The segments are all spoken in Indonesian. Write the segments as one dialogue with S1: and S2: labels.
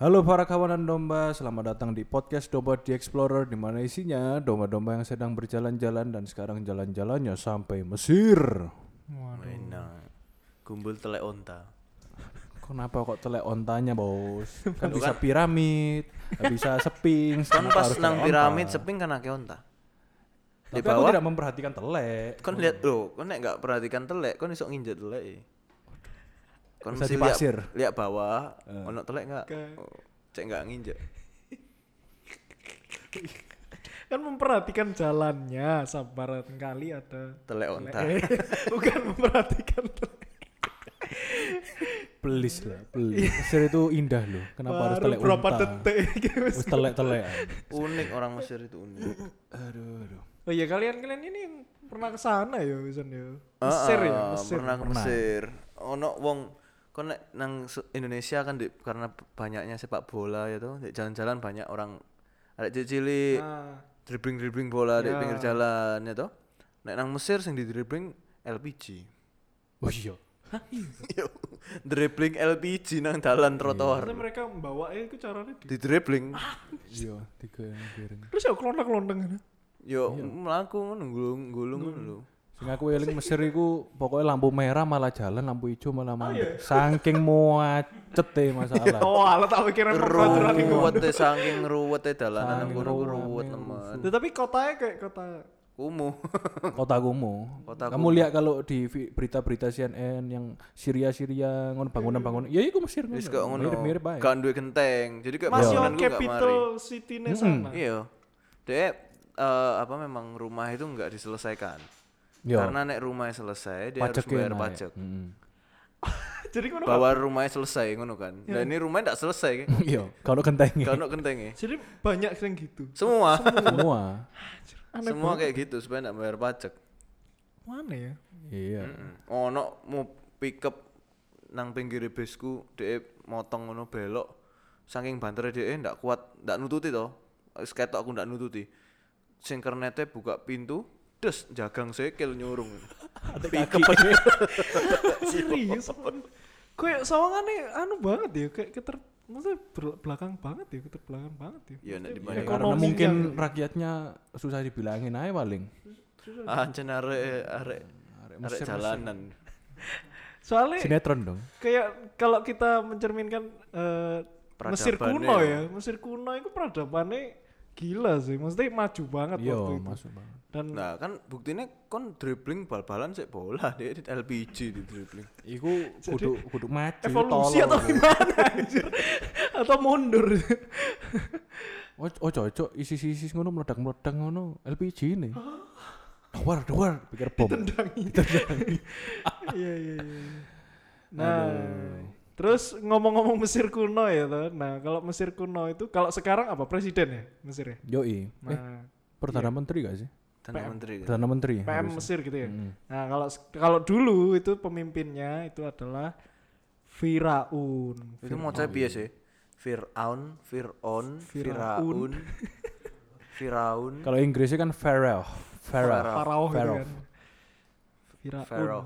S1: Halo para kawanan domba, selamat datang di podcast Domba The Explorer di mana isinya domba-domba yang sedang berjalan-jalan dan sekarang jalan-jalannya sampai Mesir.
S2: Enak. Gumbul telek onta.
S1: Kenapa kok telek ontanya, Bos? Kan bisa piramid, kan bisa seping,
S2: Kan
S1: kenapa
S2: pas
S1: harus
S2: nang
S1: telek
S2: piramid
S1: onta?
S2: seping kan akeh onta. Di
S1: Tapi aku
S2: bawah
S1: tidak memperhatikan telek.
S2: kon lihat loh, kon nek gak perhatikan telek, kon iso nginjek telek. e. Kon
S1: Bisa
S2: mesti
S1: di
S2: lihat-
S1: pasir. Eh.
S2: Lihat bawah, ono telek gak? Oh, Cek gak nginjek.
S3: kan memperhatikan jalannya sabaran kali ada
S2: Telek onta.
S3: Eh, bukan memperhatikan
S1: Please lah, please. Mesir itu indah loh. Kenapa harus
S3: baru
S1: telek
S3: berapa
S1: onta?
S3: detik gitu.
S1: Harus telek-telek.
S2: Unik orang Mesir itu unik.
S1: Aduh, aduh.
S3: oh iya kalian kalian ini yang pernah ke sana ya Wisan ya
S2: Ah,
S3: Mesir ya
S2: ah,
S3: Mesir
S2: Pernah ke Mesir. Ono wong kon nek nang se- Indonesia kan di, karena banyaknya sepak bola ya toh, di jalan-jalan banyak orang arek cilik
S3: Nah,
S2: dribbling dribbling bola di
S3: Ya.
S2: pinggir jalan ya toh nek nang Mesir sing di dribbling LPG
S1: Oh iya.
S2: Yo, dribbling LPG nang dalan
S3: terus
S2: trotoar
S3: mereka membawa eh, itu caranya di-
S2: di dribbling
S1: Iya, tiga yang piring.
S3: terus ya kelontong-kelontong
S2: yo mlaku ngono gulung-gulung ngono lho
S1: Sing aku eling Mesir iku pokoknya lampu merah malah jalan, lampu hijau malah
S2: Oh,
S1: mandek.
S2: iya.
S1: Saking muacet e masalah.
S3: oh ala tak pikirnya peraturan itu
S2: ruwet e, saking ruwet e dalanan nang
S1: Saking
S2: kono ku
S1: ruwet,
S2: ruwet
S1: saking
S2: nemen
S3: tapi kotanya kayak kota
S2: kumuh
S1: Kota Kumu.
S2: Kota
S1: Kamu lihat kalau di vi- berita-berita CNN yang Syria-Syria ngono bangunan-bangunan. Ya iku Mesir
S2: Iya, wis kok ngono
S1: Mirip-mirip bae.
S2: gak duwe genteng jadi kayak
S3: masih
S2: bangunan ku gak
S3: on
S2: mari
S3: capital city nya sana
S2: iya dek eh, apa memang rumah itu nggak diselesaikan
S1: Yo.
S2: karena nek rumahnya selesai dia harus
S1: Pajeknya
S2: bayar
S1: Iya. naik.
S2: pajak
S1: Mm-mm.
S3: jadi kan
S2: bawa rumahnya selesai ngono kan. Lah ini rumahnya ndak selesai kan.
S1: Ya. Iya, kalau kentengnya
S2: Gak ono kentenge.
S3: jadi banyak yang gitu
S2: Semua
S1: semua.
S3: aneh
S2: semua kayak gitu supaya ndak bayar pajak. Hmm.
S3: mana ya
S1: Iya.
S2: Ono mau pick up nang pinggir bisku dia motong ngono belok saking banternya dia ndak kuat ndak nututi toh wis ketok aku ndak nututi sing kernete buka pintu des jagang sekil nyurung pick up
S3: serius kayak sawangannya anu banget ya kayak keter maksudnya ber- belakang banget ya keterbelakang banget ya
S2: ya nek
S1: Ya,
S2: dibanding
S1: karena
S3: Ekonominya
S1: mungkin rakyatnya susah dibilangin aja paling.
S2: ancen Ah, arek arek
S1: Hmm, Arek
S2: arek jalanan
S3: soalnya
S1: Sinetron dong.
S3: kayak kalau kita mencerminkan eh, Mesir
S2: Peradabannya
S3: kuno
S2: ya.
S3: ya Mesir kuno itu peradabannya gila sih maksudnya maju banget
S1: Iya,
S3: waktu itu
S1: masuk banget.
S3: dan
S2: Nah kan buktinya kon dribbling bal-balan sik bola dia di LPG di dribbling.
S1: Iku kudu kudu maju
S3: evolusi
S1: tolong. ya.
S3: atau gimana anjir atau mundur
S1: Oh, oh cocok isi-isi ngono meledak-meledak ngono LPG ini. Dawar, dawar, pikir bom.
S3: iya iya iya nah terus ngomong-ngomong Mesir kuno ya toh. nah kalau Mesir kuno itu kalau sekarang apa presiden ya Mesir ya
S1: Yoi. Eh,
S3: nah
S1: Perdana Menteri gak sih?
S2: Dan menteri. kan?
S1: Perdana Menteri. Hmm. ya?
S3: PM Mesir gitu ya nah kalau kalau dulu itu pemimpinnya itu adalah Firaun
S2: Itu mau
S3: oh,
S2: saya
S3: iya.
S2: piye sih? Firaun, Firaun, Firaun. Firaun,
S1: Kalau Inggrisnya kan Pharaoh. Pharaoh.
S3: Farao gitu
S1: Pharaoh.
S3: kan Firaun
S2: Pharaoh.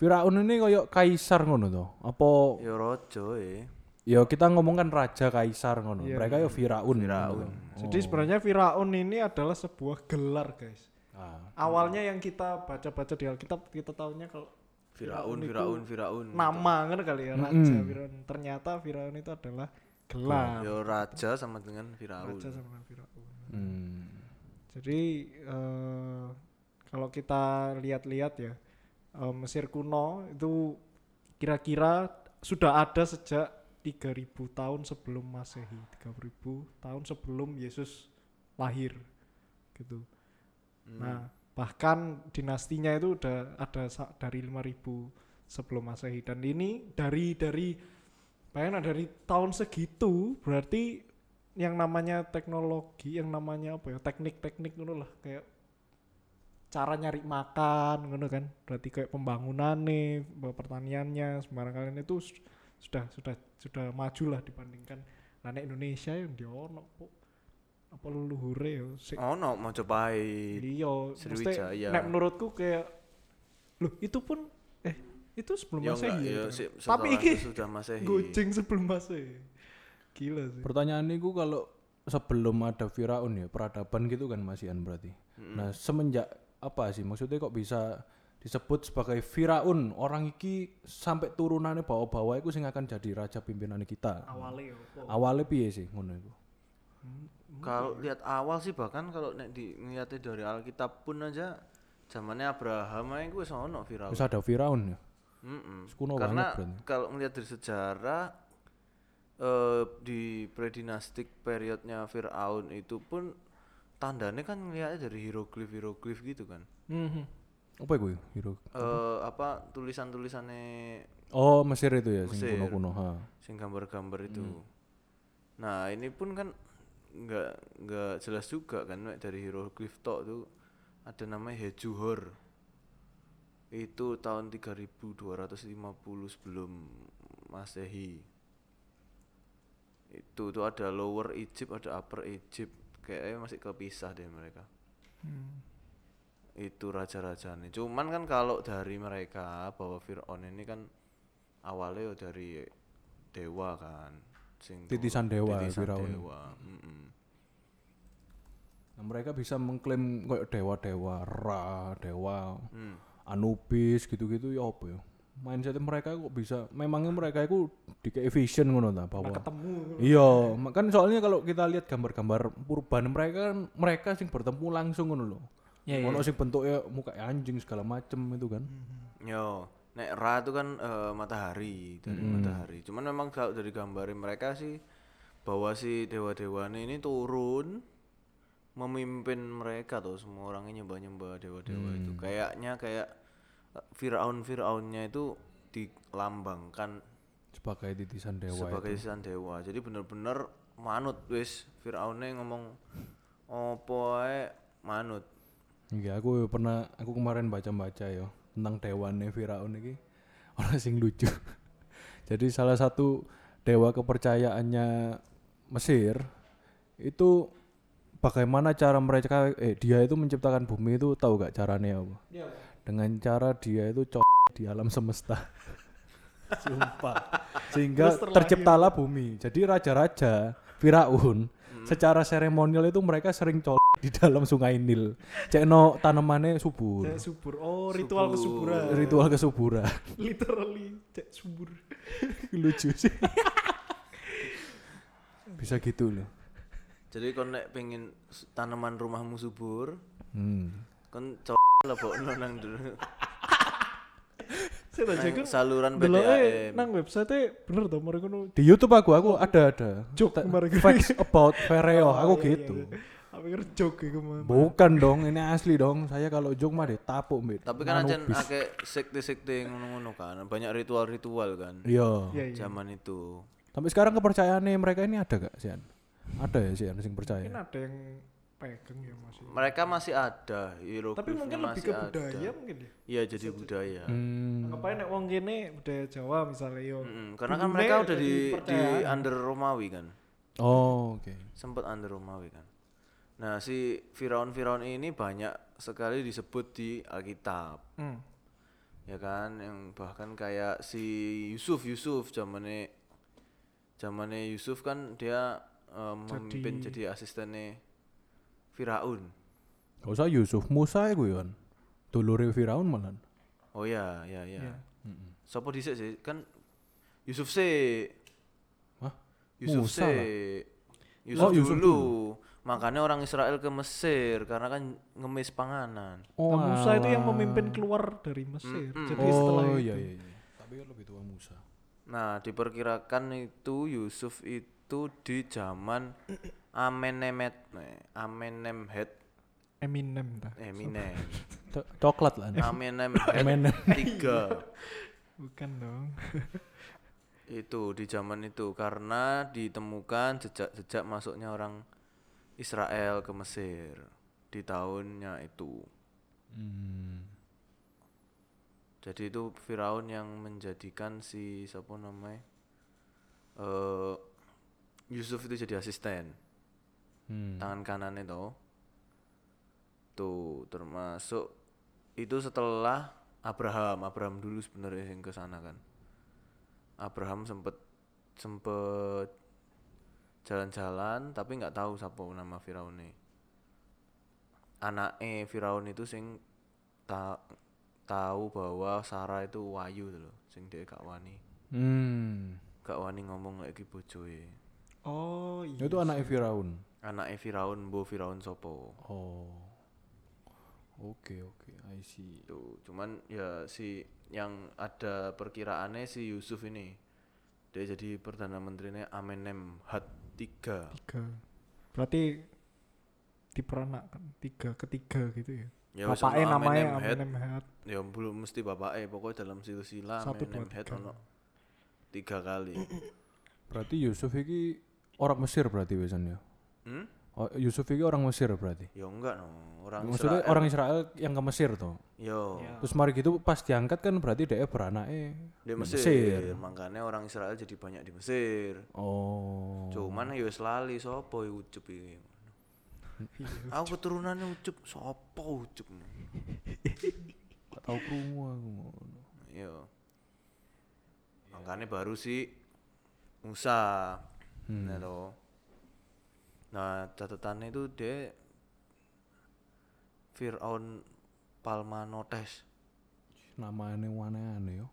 S1: Firaun ini koyok kaisar ngono toh. Apa
S2: Ya rojo e.
S1: ya kita ngomongkan raja kaisar ngono. Mereka yo Firaun. Oh. Firaun.
S2: Oh.
S3: jadi sebenarnya Firaun ini adalah sebuah gelar guys
S1: Ah.
S3: awalnya
S2: Hmm.
S3: yang kita baca-baca di Alkitab kita tahunya kalau
S2: Firaun, Firaun, Firaun. gitu.
S3: nama kan kali ya raja Firaun. Ternyata Firaun itu adalah gelar
S2: Ya raja sama dengan Firaun.
S3: raja sama Firaun.
S1: Hmm.
S3: Jadi eh, kalau kita lihat-lihat ya eh, Mesir kuno itu kira-kira sudah ada sejak 3000 tahun sebelum Masehi, 3000 tahun sebelum Yesus lahir gitu.
S2: Hmm.
S3: Nah, bahkan dinastinya itu udah ada sa- dari 5000 sebelum Masehi dan ini dari dari bayangin dari tahun segitu berarti yang namanya teknologi, yang namanya apa ya, teknik-teknik ngono lah kayak cara nyari makan ngono kan. Berarti kayak pembangunannya, pe- pertaniannya, sembarang kalian itu s- sudah sudah sudah maju lah dibandingkan anak Indonesia ya, yang diono po. Apa leluhure ya sik
S2: Ono Majapahit.
S3: Iya,
S2: Sriwijaya.
S3: mesti nek menurutku kayak loh itu pun eh itu sebelum
S2: Ya
S3: Masehi.
S2: enggak,
S3: ya,
S2: ya
S3: Bang?
S2: sik-
S3: Tapi
S2: setelah
S3: iki
S2: itu sudah Masehi.
S3: goceng sebelum Masehi. Gila sih.
S1: Pertanyaan niku kalau sebelum ada Firaun ya peradaban gitu kan Mas Ian berarti. Nah, semenjak apa sih maksudnya kok bisa disebut sebagai Firaun orang iki sampai turunannya bawa-bawa itu sing akan jadi raja pimpinan kita.
S3: Awalnya ya. apa?
S1: Awalnya piye sih ngono iku?
S2: Kalau lihat awal sih bahkan kalau nek di ngeliatnya dari Alkitab pun aja zamannya Abraham aja gue sono viral.
S1: Terus ada Firaun ya.
S2: Mm-mm.
S1: Kuno
S2: Karena
S1: banget berarti.
S2: kalau melihat dari sejarah eh, di predinastik periodnya Firaun itu pun tandanya kan ngelihatnya dari hieroglif hieroglif gitu kan.
S3: Mhm.
S1: Apa iku? ya? Hero.
S2: Eh apa tulisan-tulisannya
S1: Oh, Mesir itu ya sing
S2: Mesir.
S1: kuno-kuno. Ha.
S2: sing gambar-gambar itu.
S1: Hmm.
S2: Nah, ini pun kan nggak nggak jelas juga kan Mek, dari hieroglif tok tuh ada namanya Hejuhor. Itu tahun 3250 sebelum Masehi. Itu tuh ada Lower Egypt, ada Upper Egypt. Kayaknya masih kepisah deh mereka.
S1: Hmm.
S2: Itu raja-rajanya. Cuman kan kalau dari mereka bahwa Firaun ini kan awalnya ya dari dewa kan. Sing
S1: Titisan dewa, ya
S2: titisan
S1: Firaun.
S2: dewa. mm-mm.
S1: Nah, mereka bisa mengklaim kayak dewa-dewa, Ra, dewa
S2: Hmm.
S1: Anubis gitu-gitu ya apa ya? Mindset mereka kok bisa memangnya mereka itu di vision ngono ta bahwa
S3: Ketemu.
S1: Iya, makan soalnya kalau kita lihat gambar-gambar urban mereka kan mereka sing bertemu langsung ngono lho.
S3: Ya,
S1: Ono sing bentuknya muka anjing segala macem itu kan.
S2: Yo, nek Ra itu kan eh, matahari dari matahari. Cuman memang kalau dari gambarin mereka sih bahwa si dewa-dewa ini turun memimpin mereka tuh semua orangnya nyembah-nyembah dewa-dewa itu. Kayaknya kayak eh, Firaun-Firaunnya itu dilambangkan
S1: Sebagai titisan dewa.
S2: sebagai sisan dewa. Jadi bener-bener manut wis Firaunnya ngomong opo ae manut.
S1: Iya, aku pernah aku kemarin baca-baca ya tentang dewane Firaun iki. Orang sing lucu. Jadi salah satu dewa kepercayaannya Mesir itu bagaimana cara mereka eh dia itu menciptakan bumi itu tahu gak caranya apa?
S3: Iya.
S1: Dengan cara dia itu co di alam semesta. Sumpah. Sehingga
S3: Terus terlahir.
S1: terciptalah bumi. Jadi raja-raja Firaun
S3: Hmm.
S1: secara seremonial itu mereka sering co di dalam sungai Nil. Cekno tanamannya subur.
S3: Cek subur. Oh, ritual kesuburan.
S1: Ritual kesuburan.
S3: Literally cek subur.
S1: Lucu sih. Bisa gitu loh.
S2: Jadi kalau nek pengen s- tanaman rumahmu subur,
S1: Hmm.
S2: kon cok lebokno nang dulu
S3: Saya tak jaga.
S2: nang saluran
S3: Deloknya
S2: PDAM
S3: nang website bener to mereka nu
S1: Di YouTube aku aku ada ada.
S3: Oh, Joke
S1: Ta-
S3: kemarin.
S1: Facts about Ferreo aku
S3: Oh,
S1: gitu.
S3: iya, Aku pikir joke iku mah.
S1: Bukan dong, ini asli dong. Saya kalau joke mah ditapuk, Mbak.
S2: tapi kan aja akeh sekte-sekte ngono-ngono kan banyak ritual-ritual kan
S1: Iya.
S3: Iya iya.
S2: zaman itu
S1: Tapi sekarang kepercayaannya mereka ini ada gak, Sian? Ada ya, Sian, sing
S3: Mungkin
S1: percaya.
S3: ada yang pegang ya masih.
S2: mereka masih ada hieroglifnya
S3: Tapi mungkin lebih
S2: masih
S3: ke
S2: ada.
S3: budaya mungkin ya.
S2: iya jadi budaya
S1: Hmm.
S3: Ngapain nek wong kene budaya Jawa misalnya yo.
S2: Mm-mm, karena kan
S3: Bule
S2: mereka udah
S3: jadi
S2: di di
S3: percayaan.
S2: under Romawi kan
S1: Oh, oke.
S2: sempat under Romawi kan nah si Firaun-Firaun ini banyak sekali disebut di Alkitab
S3: Hmm.
S2: ya kan yang bahkan kayak si Yusuf Yusuf zamannya zamannya Yusuf kan dia eh, memimpin jadi, asistennya Firaun
S1: Gak usah Yusuf Musa ya gue kan. Dulure Firaun malan.
S2: oh ya ya ya siapa dhisik sih kan Yusuf sih
S1: Hah?
S2: Yusuf
S1: Musa lah.
S2: sih Yusuf,
S1: Oh, Yusuf
S2: dulu. makanya orang Israel ke Mesir karena kan ngemis panganan
S1: Oh,
S3: Nah, Musa itu yang
S1: alah.
S3: memimpin keluar dari Mesir. Jadi setelah
S1: Oh,
S3: itu
S1: iya iya iya. Tapi kan lebih tua Musa.
S2: Nah, diperkirakan itu Yusuf itu di zaman Amenemet, eh, Amenemhet,
S3: Oh. Eminem ta.
S2: Eh, Eminem,
S1: To- Coklat lah.
S2: Amenemhet
S1: Eminem.
S2: tiga
S3: Bukan dong.
S2: itu di zaman itu karena ditemukan jejak-jejak masuknya orang Israel ke Mesir di tahunnya itu.
S1: Hmm.
S2: Jadi itu Firaun yang menjadikan si siapa namanya eh Yusuf itu jadi asisten.
S1: Hmm.
S2: tangan kanannya tuh tuh termasuk itu setelah Abraham Abraham dulu sebenarnya yang ke sana kan Abraham sempet sempet jalan-jalan tapi nggak tahu siapa nama Firaun ini anaknya Firaun itu sing ta tahu bahwa Sarah itu wayu tuh loh sing dia gak wani
S1: Hmm.
S2: gak wani ngomong lagi bojoe
S3: Oh iya.
S1: Itu anak Firaun.
S2: anaknya Firaun bu Firaun sopo
S1: Oh. Oke, oke. I see.
S2: itu cuman ya si yang ada perkiraannya si Yusuf ini dia jadi perdana menterinya Amenem Hat 3
S3: Tiga. Berarti diperanakan tiga ketiga gitu ya.
S2: ya wis
S3: Bapaknya
S2: ono
S3: namanya
S2: Amenemhat.
S3: Amenemhat.
S2: ya belum mesti bapaknya pokoknya dalam silsilah
S3: Satu, dua,
S2: Amenemhat
S3: tiga.
S2: ono tiga kali
S1: Berarti Yusuf iki orang Mesir berarti biasanya.
S2: hmm?
S1: Oh, Yusuf iki orang Mesir berarti.
S2: ya enggak no orang
S1: Maksudnya
S2: Israel
S1: orang Israel yang ke Mesir tuh.
S2: yo
S1: Terus mari gitu pas diangkat kan berarti dia beranak
S2: di Mesir. makanya orang Israel jadi banyak di Mesir
S1: Oh.
S2: cuman ya wis lali sapa ya ucup iki aku keturunannya ucup sapa ucup
S1: Gak tau krungu aku.
S2: Yo. Makanya Iya. baru si Musa.
S1: Hmm.
S2: Nah, toh. Nah, catatannya itu dia Fir'aun Palmanotes.
S1: Namanya aneh-aneh yo.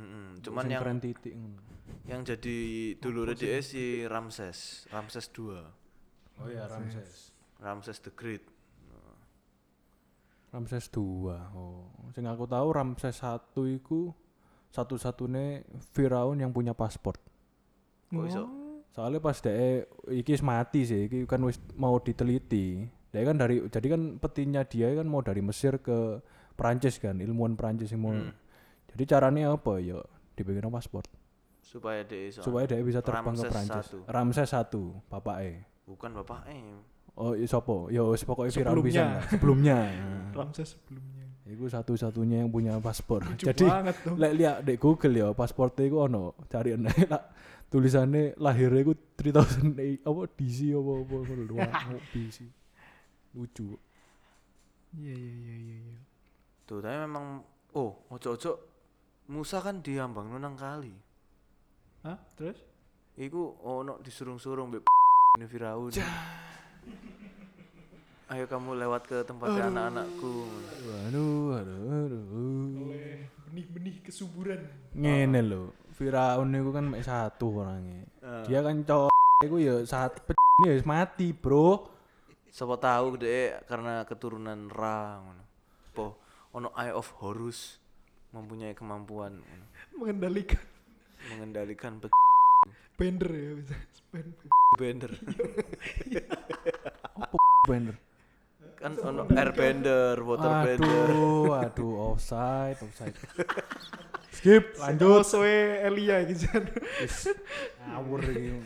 S2: Mm-mm. Cuman
S1: Sing
S2: yang
S1: keren titik ngono.
S2: yang jadi dulure dia si Ramses, Ramses II,
S1: Oh iya Ramses.
S2: Ramses the Great.
S1: Ramses 2. Oh, sing aku tahu Ramses 1 iku satu-satunya Firaun yang punya paspor.
S2: Kok iso?
S1: Soalnya pas deh iki wis mati sih, iki kan wis mau diteliti. Dia kan dari jadi kan petinya dia kan mau dari Mesir ke Perancis kan, ilmuwan Perancis yang mau.
S2: Hmm.
S1: Jadi caranya apa ya? Dibikin paspor
S2: Supaya dia iso.
S1: supaya dia bisa terbang ke
S2: Ramses
S1: Perancis.
S2: satu.
S1: Ramses 1, bapaknya.
S2: Bukan eh, bapaknya.
S1: Oh, iya, sopo? Ya wis pokoke Firaun
S3: Sebelumnya.
S1: bisa sebelumnya.
S2: Hmm.
S1: Nah,
S3: Ramses sebelumnya.
S1: Iku satu-satunya yang punya paspor.
S3: Lucu
S1: Jadi
S3: banget tuh.
S1: Lek lihat di Google ya pasporte iku ono, cari nek lak tulisane lahirnya iku 3000 eh, apa DC apa apa ngono lho. Wah, DC. Lucu.
S3: Iya iya iya iya. iya.
S2: Tuh, tapi memang oh, ojo-ojo Musa kan diambang nang kali.
S3: Hah? Terus?
S2: Iku ono disurung-surung mbek ini Firaun. Ayo kamu lewat ke tempatnya anak-anakku.
S1: Aduh, aduh, aduh.
S3: Benih-benih kesuburan.
S1: Ngene lho. Firaun niku kan mek satu orangnya.
S3: Ah.
S1: Dia kan cowok iku ya saat pe- ini ya wis mati, Bro.
S2: Siapa tahu deh karena keturunan Ra ngono. Po ono Eye of Horus mempunyai kemampuan ngono.
S3: Mengendalikan
S2: mengendalikan pe
S3: bender ya bisa. Bender.
S2: bender.
S1: Bener.
S2: kan ono airbender, waterbender.
S1: Aduh, aduh offside, offside. Skip, lanjut.
S3: Soe Elia gitu.
S1: Ngawur iki.
S3: Iya iya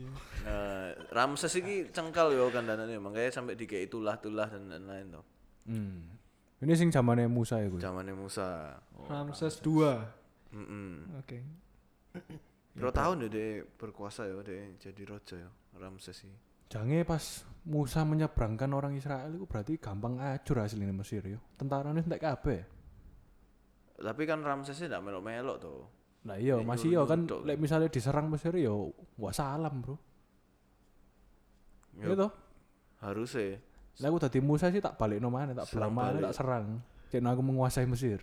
S3: iya.
S2: Nah, Ramses iki cengkal yo kandanane makanya sampai dikei tulah-tulah dan lain-lain tuh.
S1: Hmm. Ini sing zamannya Musa ya gue.
S2: Zamannya Musa.
S3: Oh, Ramses 2.
S2: Mm-mm.
S3: Oke.
S2: Piro tahun ya dia berkuasa ya dia jadi raja ya Ramses sih.
S1: Jange pas Musa menyeberangkan orang Israel itu berarti gampang acur hasilnya Mesir yo. Tentarane entek kabeh.
S2: Tapi kan Ramsesnya tidak melok-melok tuh.
S1: Nah iya,
S2: Nek
S1: masih yo kan
S2: nyurut-nyurut.
S1: lek misalnya diserang Mesir yo wassalam, Bro.
S2: Ya,
S1: Iya toh?
S2: Harusnya.
S1: Lah aku dadi Musa sih tak balik nomane, tak belang
S2: Serang
S1: maneh,
S2: balik.
S1: tak serang. Cek nah, aku menguasai Mesir.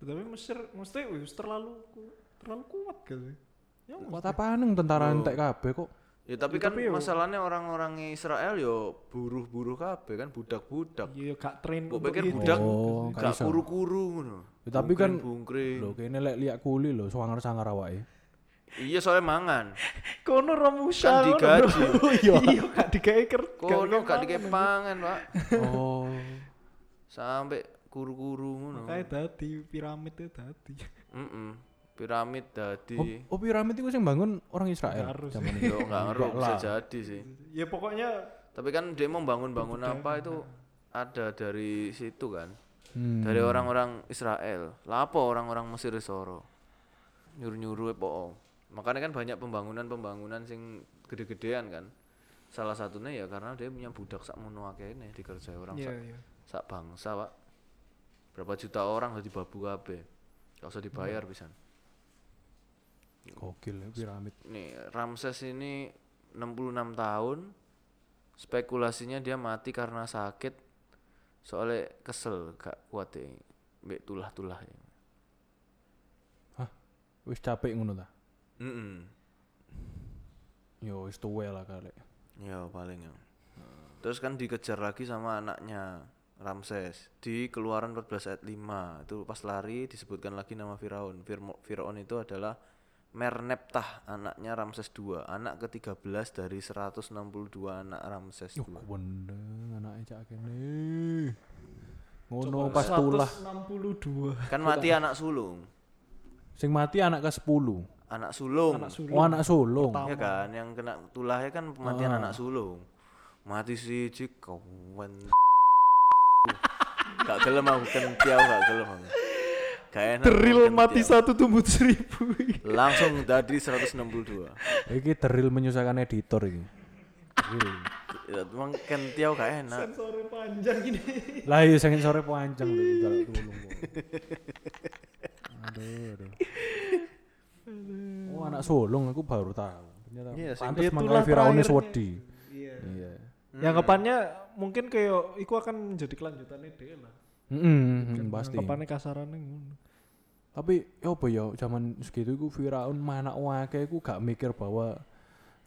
S3: Tapi Mesir mesti wis terlalu ku- terlalu kuat kali. Ya
S1: Kuat apaan yang tentara entek kabeh kok.
S2: Ya tapi
S3: Ya,
S2: kan
S3: tapi yo-
S2: masalahnya orang-orang Israel yo buruh-buruh kabeh kan budak-budak.
S3: Iya gak train
S2: Gue
S3: untuk
S2: pikir
S3: itu.
S2: budak
S1: Oh, gak
S2: Iya. gak
S1: iso.
S2: kuru-kuru ngono.
S1: Ya, tapi kan-
S2: bungkring.
S1: Lho kene lek liak kuli lho sangar-sangar awake.
S2: Iya soalnya mangan.
S3: Kono
S2: Kan
S3: Romusa
S2: digaji.
S3: Iya. Iya gak digawe kerja.
S2: Kono gak dikei pangan, Pak.
S1: Oh.
S2: Sampai kuru-kuru ngono.
S3: Kayak tadi piramid itu tadi.
S2: Heeh. Piramid
S1: Oh,
S2: tadi.
S1: oh piramid itu sing bangun orang Israel.
S3: Gak harus.
S1: Zaman itu.
S2: Yo gak ngeru bisa jadi sih.
S3: Ya pokoknya
S2: Tapi kan dia mau bangun-bangun apa itu ada dari situ kan.
S1: Hmm.
S2: Dari orang-orang Israel. Lapo orang-orang Mesir soro. Nyuruh-nyuruh po. Makanya kan banyak pembangunan-pembangunan sing gede-gedean kan. Salah satunya ya karena dia punya budak sak mono akeh ini dikerjai orang
S3: iya
S2: sak,
S3: iya.
S2: sak bangsa, Pak. Berapa juta orang udah dibabu kabeh. Gak usah dibayar pisan.
S1: Gokil ya piramid.
S2: Nih, Ramses ini 66 tahun. Spekulasinya dia mati karena sakit. Soalnya kesel gak kuat ya. Mbek tulah-tulah ya.
S1: Wis capek ngono ta?
S2: Mm-mm.
S1: Yo wis tuwa lah kali.
S2: Ya paling ya. Terus kan dikejar lagi sama anaknya Ramses di keluaran 14 ayat 5 itu pas lari disebutkan lagi nama Firaun. Firmo- Firaun itu adalah Merneptah anaknya Ramses II, anak ke-13 dari 162 anak Ramses
S1: Yo
S2: II.
S1: kuwendeng anake cak kene. Ngono
S3: Coba
S1: pas tulah.
S3: 162
S2: Kan mati anak sulung.
S1: Sing mati anak ke-10.
S2: Anak sulung.
S3: anak sulung.
S1: Oh anak sulung.
S2: ya kan yang kena tulahnya kan kematian
S3: Ah.
S2: anak sulung. Mati si Cik kawan. gak gelem aku kentiau gak gelem aku. Gak enak.
S3: Drill
S2: kentiau.
S3: mati satu tumbuh seribu.
S2: langsung tadi 162
S1: Iki deril menyusahkan editor iki. Deril.
S2: Ya, emang kentiau gak enak
S3: Sore panjang gini.
S1: Lah iya sing sore panjang tuh kalau tulung. kok. Aduh, aduh. Oh anak sulung aku baru tahu. Ternyata
S2: Iya, sing-
S1: pantes
S3: Itulah
S1: mangkae Firaune
S3: terakhirnya.
S1: wedi.
S3: Iya.
S1: Iya.
S2: Hmm.
S3: Yang kepannya mungkin kayak iku akan menjadi kelanjutannya dia lah.
S1: Heeh, pasti.
S3: Kepannya kasarannya ngono.
S1: Tapi ya apa ya zaman segitu iku Firaun mana wae iku gak mikir bahwa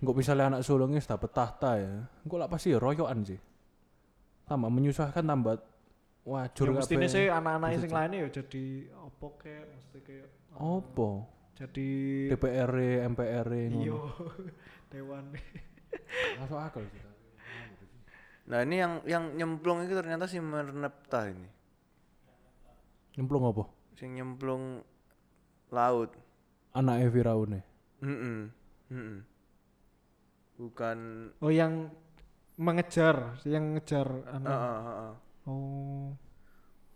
S1: nggak misalnya anak sulungnya sudah dapat tahta ya. Engko lah pasti ya royokan sih. Tambah menyusahkan tambah
S3: Ya
S1: wajur
S3: mestinya sih anak-anak yang lainnya ya jadi apa kayak mesti kayak
S1: Opo?
S3: jadi
S1: DPR, MPR ngono.
S3: iyo dewan.
S1: Masuk akal sih.
S2: nah ini yang yang nyemplung itu ternyata si Merneptah ini
S1: Nyemplung apa?
S2: si nyemplung laut
S1: Anaknya Firaun
S2: Mm-mm. Mm-mm. bukan
S3: Oh yang mengejar, yang ngejar
S2: Ah,
S3: anak.
S2: ah, ah, ah.
S3: Oh.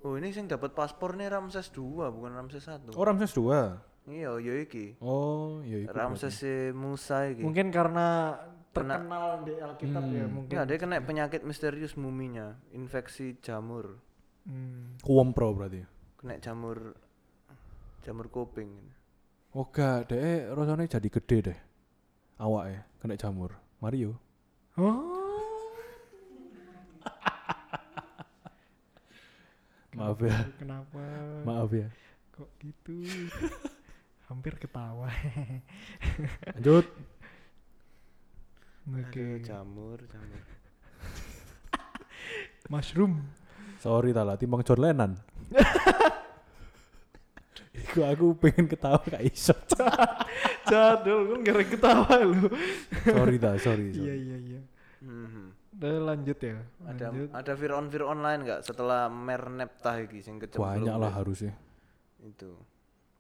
S2: oh ini yang dapat paspor nih Ramses 2 bukan Ramses 1
S1: Oh Ramses 2.
S2: iya ya iki
S1: Oh, ya iku.
S2: Ramses si Musa iki
S3: Iya, Mungkin karena terkenal di Alkitab ya
S1: Hmm.
S3: mungkin.
S2: Enggak, dia kena penyakit misterius muminya infeksi jamur
S3: Hmm.
S1: Kuompro berarti.
S2: kena jamur jamur kuping
S1: Oh gak, deh rasanya jadi gede deh. Awak ya, kena jamur. Mario.
S3: Oh,
S1: Maaf ya,
S3: kenapa
S1: maaf ya.
S3: kok gitu? Hampir ketawa.
S1: Lanjut.
S2: Aduh,
S3: Oke,
S2: jamur jamur
S3: mushroom.
S1: Sorry tala, timbang John Lennon. Iku aku pengen ketawa gak iso.
S3: Jadul, kan gara ketawa lu.
S1: Sorry ta, sorry.
S3: Iya
S1: sorry.
S3: iya iya.
S2: Mhm.
S3: Udah lanjut ya.
S2: Ada
S3: Lanjut.
S2: ada Fir'aun Fir'aun lain nggak setelah Merneptah iki sing kecemplung
S1: Banyak lah harusnya.
S2: itu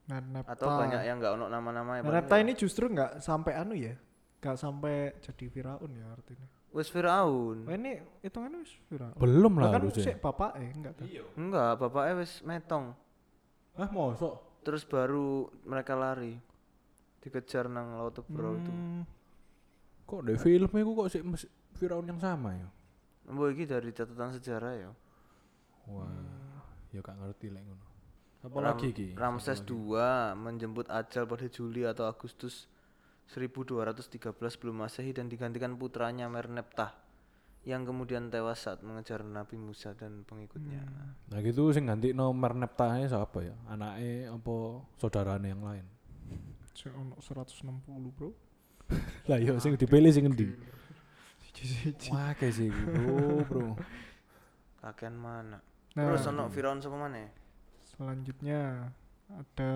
S3: Nanapta.
S2: atau banyak yang ya? nggak ono nama-namanya
S3: Nanapta ini justru nggak sampai anu ya. Nggak sampai jadi Firaun ya artinya.
S2: wis Fir'aun
S3: Oh ini hitungannya wis Firaun.
S1: Belum lah kan
S3: Bahkan
S1: harusnya.
S3: sik bapak eh enggak
S2: Iya,
S3: kan.
S2: enggak bapaknya wis metong
S1: Ah, mosok.
S2: terus baru mereka lari dikejar nang laut Tebro itu
S3: Hmm,
S1: Kok deh filmnya kok kok sih mes- Firaun yang sama ya?
S2: Mbok iki dari catatan sejarah ya
S1: Wah, ya gak ngerti lek ngono. Apalagi iki?
S2: Ramses II menjemput ajal pada Juli atau Agustus 1213 sebelum Masehi dan digantikan putranya Merneptah yang kemudian tewas saat mengejar Nabi Musa dan
S3: Hmm.
S2: pengikutnya.
S1: Nah gitu sing ganti nomor neptahnya siapa ya? Anaknya apa saudarane yang lain?
S3: sik ono 160, Bro.
S1: Lah yo sing dipilih sing endi?
S3: Siji-siji.
S1: Ah, Wah, kayak sih iku, bro, bro.
S2: Kakean mana?
S3: Nah,
S2: Terus ono Firaun sapa maneh?
S3: selanjutnya ada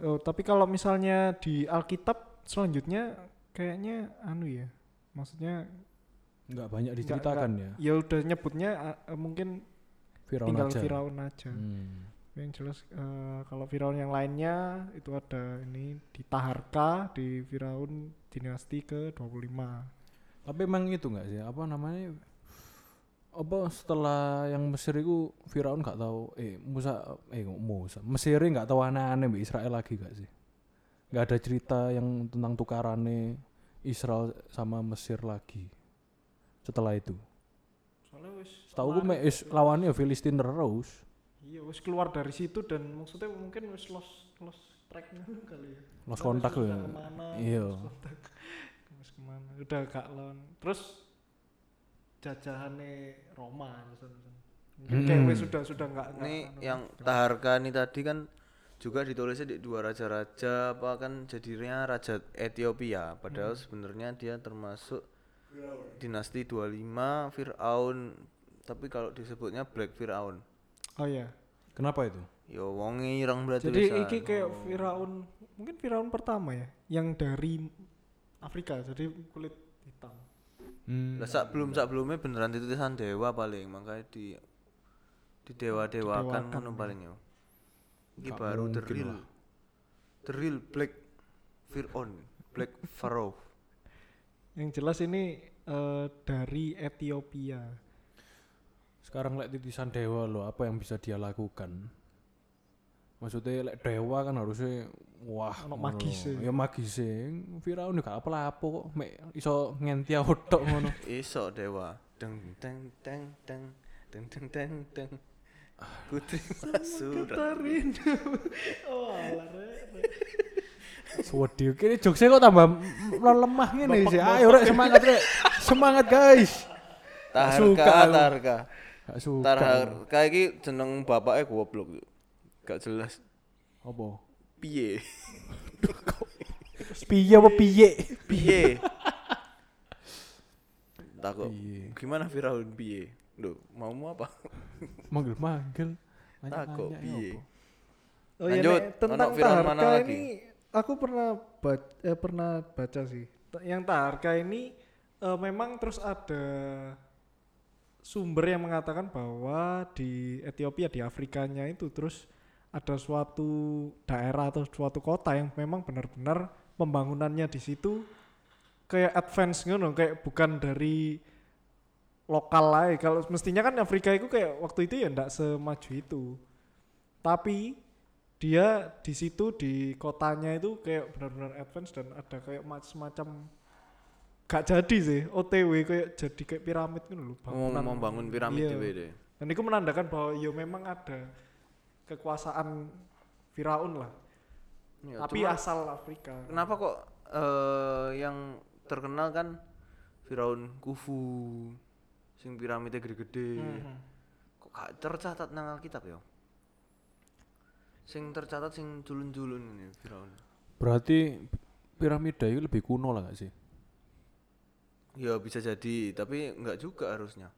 S3: Oh, tapi kalau misalnya di Alkitab selanjutnya kayaknya anu ya. Maksudnya
S1: Enggak banyak diceritakan ya.
S3: ya udah nyebutnya eh, mungkin
S1: Firaun
S3: tinggal
S1: aja.
S3: Firaun aja.
S1: Hmm.
S3: Yang jelas eh, kalau Firaun yang lainnya itu ada ini di Taharka di Firaun dinasti ke-25.
S1: Tapi emang itu enggak sih? Apa namanya? Apa setelah yang Mesir itu Firaun nggak tahu eh Musa eh kok Musa Mesir nggak tahu aneh-aneh mbek Israel lagi gak sih? Nggak ada cerita yang tentang tukarannya Israel sama Mesir lagi setelah itu.
S3: Soalnya wis kan-
S1: Setahu gue mek is- lawannya Filistin terus.
S3: Iya, wis keluar dari situ dan maksudnya mungkin wis los los track dulu kali ya.
S1: Lost
S3: Terus
S1: kontak
S3: udah
S1: ya.
S3: Kemana?
S1: Iya.
S3: lost kontak. Terus kemana? Udah gak lon. Terus jajahane Roma misalnya. Kayak
S1: Hmm.
S3: wes sudah sudah nggak
S2: Ini
S3: nggak- anu.
S2: yang Taharkani tadi kan juga ditulisnya di dua raja-raja apa kan jadinya raja Ethiopia padahal
S3: Hmm.
S2: sebenarnya dia termasuk dinasti 25 Firaun tapi kalau disebutnya Black Firaun
S3: Oh iya.
S1: Kenapa itu?
S2: yo wonge ireng berarti ah.
S3: Jadi
S2: wisan.
S3: iki kayak Firaun, mungkin Firaun pertama ya, yang dari Afrika, jadi kulit hitam.
S1: Hmm.
S2: Lah sak belum sak belumnya beneran ditulisan dewa paling makanya di di dewa dewakan
S3: Didewakan,
S2: kan
S3: ya.
S2: paling yo. Ini
S1: Nggak
S2: baru the
S1: mungkin
S2: real
S1: lah.
S2: the real black Firaun black pharaoh
S3: Yang jelas ini eh, dari Ethiopia.
S1: Sekarang lek titisan dewa lo apa yang bisa dia lakukan? Maksudnya lek dewa kan harusnya wah
S3: Ono
S1: ngono
S3: magise.
S1: lho. Ya magise. Firaun gak apa-apa kok mek iso ngentia otok ngono.
S2: iso dewa deng deng deng deng deng deng deng deng putri surat
S3: Tarin. oh, alah, Rek, Rek.
S1: Swedi kene jokesnya kok tambah m- lemah ngene sih. Ayo rek semangat rek. Semangat guys. Gak suka
S2: tarka
S1: aku.
S2: tarka
S1: Gak suka.
S2: tarka iki jeneng bapaknya goblok gak jelas
S1: Apa?
S2: piye
S1: Piye apa piye?
S2: piye takut
S1: Piye?
S2: gimana Firaun piye Duh, mau mau apa
S1: Manggil-manggil.
S2: takut
S1: Nanya-nanya ya
S2: piye
S1: apa?
S3: Oh iya,
S2: Lanjut,
S3: Nek, tentang
S2: ono Firaun mana
S3: Taharka
S2: lagi?
S3: ini aku pernah baca, pernah baca sih. T- Yang Taharka ini eh, memang terus ada sumber yang mengatakan bahwa di Ethiopia di Afrikanya itu terus ada suatu daerah atau suatu kota yang memang benar-benar pembangunannya di situ kayak advance ngono kayak bukan dari lokal lah kalau mestinya kan Afrika itu kayak waktu itu ya ndak semaju itu tapi dia di situ di kotanya itu kayak benar-benar advance dan ada kayak mac- semacam gak jadi sih OTW kayak jadi kayak piramid gitu loh
S2: mau
S3: bangunan.
S2: mau bangun piramid
S3: Iya.
S2: dhewe deh
S3: dan itu menandakan bahwa yo memang ada kekuasaan Firaun lah
S2: Ya,
S3: tapi
S2: cuma Nah.
S3: asal Afrika
S2: kenapa kok eh, yang terkenal kan Firaun Khufu sing piramidnya gede-gede
S3: Mhm.
S2: kok gak tercatat nang Alkitab ya sing tercatat sing culun-culun ini Firaun
S1: Berarti piramida itu lebih kuno lah gak sih?
S2: ya bisa jadi tapi nggak juga harusnya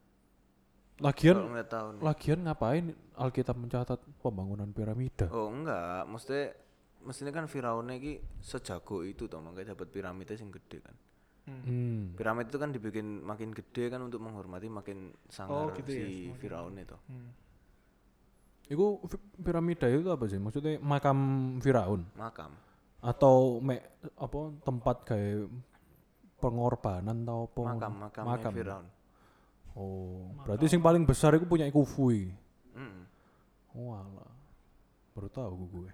S1: Lagian
S2: kalau ngeliat tahun
S1: Lagian ngapain Alkitab mencatat pembangunan
S3: iya.
S1: piramida?
S2: Oh enggak, maksudnya mestinya kan Firaunnya ki sejago itu toh makanya dapat piramidnya yang gede kan.
S1: Hmm.
S2: Piramid itu kan dibikin makin gede kan untuk menghormati makin sangar
S3: gitu
S2: si
S3: ya, semakin-
S2: Firaun itu.
S3: Hmm.
S1: Iku fi- piramida itu apa sih? Maksudnya makam Firaun
S2: Makam.
S1: atau me, apa tempat kayak pengorbanan atau apa?
S2: Makam,
S1: ngono?
S2: makam, Firaun.
S1: Oh, berarti sing paling besar itu punya Kufui.
S2: Mm.
S1: Walah. Baru tahu gue.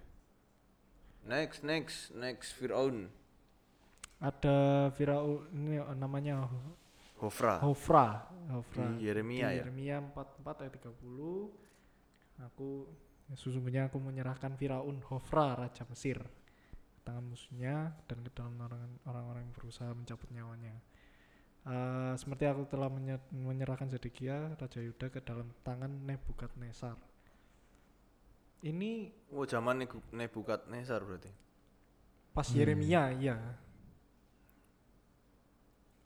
S2: Next, next, next Firaun.
S3: ada Firaun ini namanya
S2: Hofra.
S3: Hofra Hofra
S2: Di Yeremia ya.
S3: Yeremia 44 ayat 30 aku sesungguhnya aku menyerahkan Firaun Hofra raja Mesir ke tangan musuhnya dan ke dalam orang- orang-orang yang berusaha mencabut nyawanya Eh, seperti aku telah menye- menyerahkan Zedekia raja Yuda ke dalam tangan Nebukadnezar ini
S2: Oh, zaman Nebu- Nebukadnezar berarti.
S3: pas Yeremia ya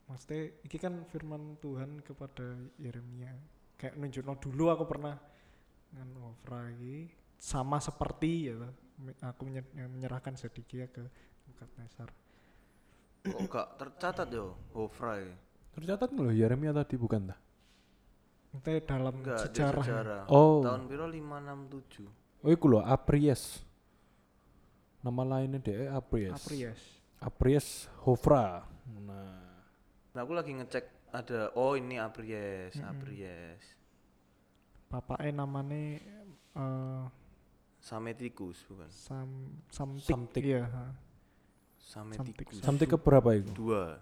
S3: maksudnya ini kan firman Tuhan kepada Yeremia kayak nunjukno dulu aku pernah dengan Ofra ini sama seperti ya toh, me- aku menye- yang menyerahkan Zedekia ke Nebukadnezar
S2: Kok gak Oh, tercatat yo Hofra ya. ini?
S1: Tercatat nggak loh Yeremia tadi bukan tah?
S3: itu dalam
S2: Enggak, di
S3: sejarah ya.
S2: sejarah.
S1: Oh.
S2: Tahun piro 567.
S1: Oh, iku loh Apries. Nama lainnya dia Apries.
S3: Apries
S1: Apries Hofra. Nah,
S2: Nah, aku lagi ngecek ada oh ini Apries, Apries.
S3: bapaknya namanya eh,
S2: Sametikus bukan?
S3: Sam Samtik,
S1: Samtik.
S3: iya ha.
S2: Sametikus.
S1: Sampai ke berapa itu?
S2: Dua.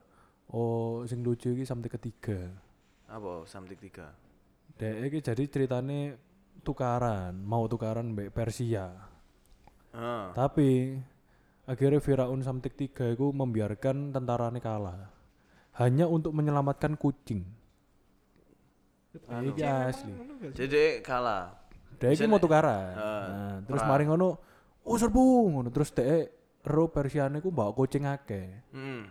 S1: Oh, sing lucu iki sampai ketiga.
S2: Apa? Samtik tiga.
S1: Dek iki jadi ceritane tukaran, mau tukaran mbek Persia.
S2: Ah,
S1: Tapi Akhirnya Firaun Samtik III itu membiarkan tentaranya kalah. Hanya untuk menyelamatkan kucing. Iki asli.
S2: Jadi dhek kalah.
S1: Dia iki mau tukaran.
S2: Heeh,
S1: Nah, terus mari ngono, oh serbu ngono terus dhek ro Persiane ku bawa kucing akeh.
S2: Hmm.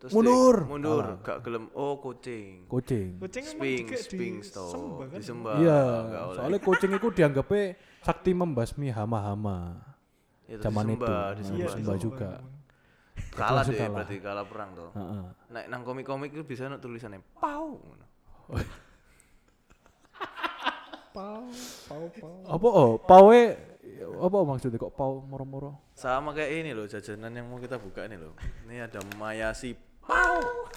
S2: Terus
S1: Mundur.
S2: dhek mundur, gak gelem. Oh, kucing.
S1: Kucing.
S3: Kucing emang
S2: Sping,
S3: juga
S2: sping
S3: disembah
S2: to.
S3: kan?
S2: Disembah.
S1: Iya,
S2: gak oleh.
S1: soalnya kucing itu dianggapnya sakti membasmi hama-hama.
S2: Ya, terus
S1: zaman itu.
S2: disembah,
S1: Nah,
S3: Iya,
S2: disembah.
S1: disembah juga.
S3: emang.
S2: Kalah
S1: langsung
S2: dhek
S1: kalah.
S2: berarti kalah perang to.
S1: Heeh.
S2: Nek nang komik-komik itu bisa ono tulisannya pau ngono.
S3: Pau, pau, pau.
S1: Apa oh, pawe apa maksudnya kok pau moro-moro?
S2: Sama kayak ini loh jajanan yang mau kita buka ini loh. Ini ada mayasi pau.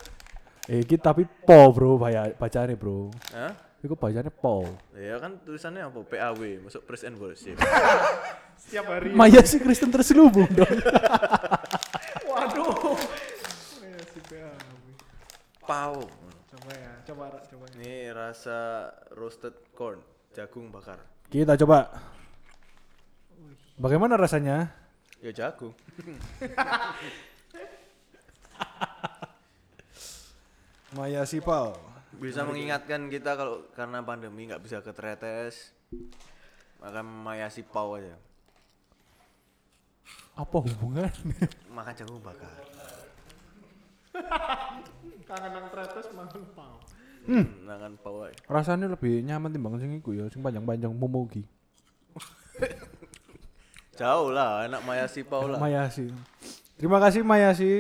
S1: Eh, iki tapi po bro, baya- bacane bro.
S2: Hah?
S1: Iku bacane po.
S2: Ya kan tulisannya apa? PAW, masuk Press and ya. Worship.
S3: Setiap hari.
S1: Maya si Kristen terselubung dong.
S3: Waduh. Ya, si PAW.
S2: Pau.
S3: Coba ya, coba Ra, coba. ya.
S2: Ini rasa roasted corn, jagung bakar.
S1: Kita coba. Bagaimana rasanya?
S2: Ya jagung.
S1: Maya si pau.
S2: Bisa mengingatkan kita kalau karena pandemi nggak bisa ke Tretes. Makan mayasi pau aja.
S1: Apa hubungannya?
S2: Makan jagung bakar.
S3: Kangen nang tretes mangan pau.
S2: Hmm. Makan pau aja.
S1: Rasanya lebih nyaman timbang sing iku ya, sing panjang-panjang mumugi.
S2: Jauh lah, enak mayasi pau lah.
S1: Mayasi. Terima kasih Mayasi.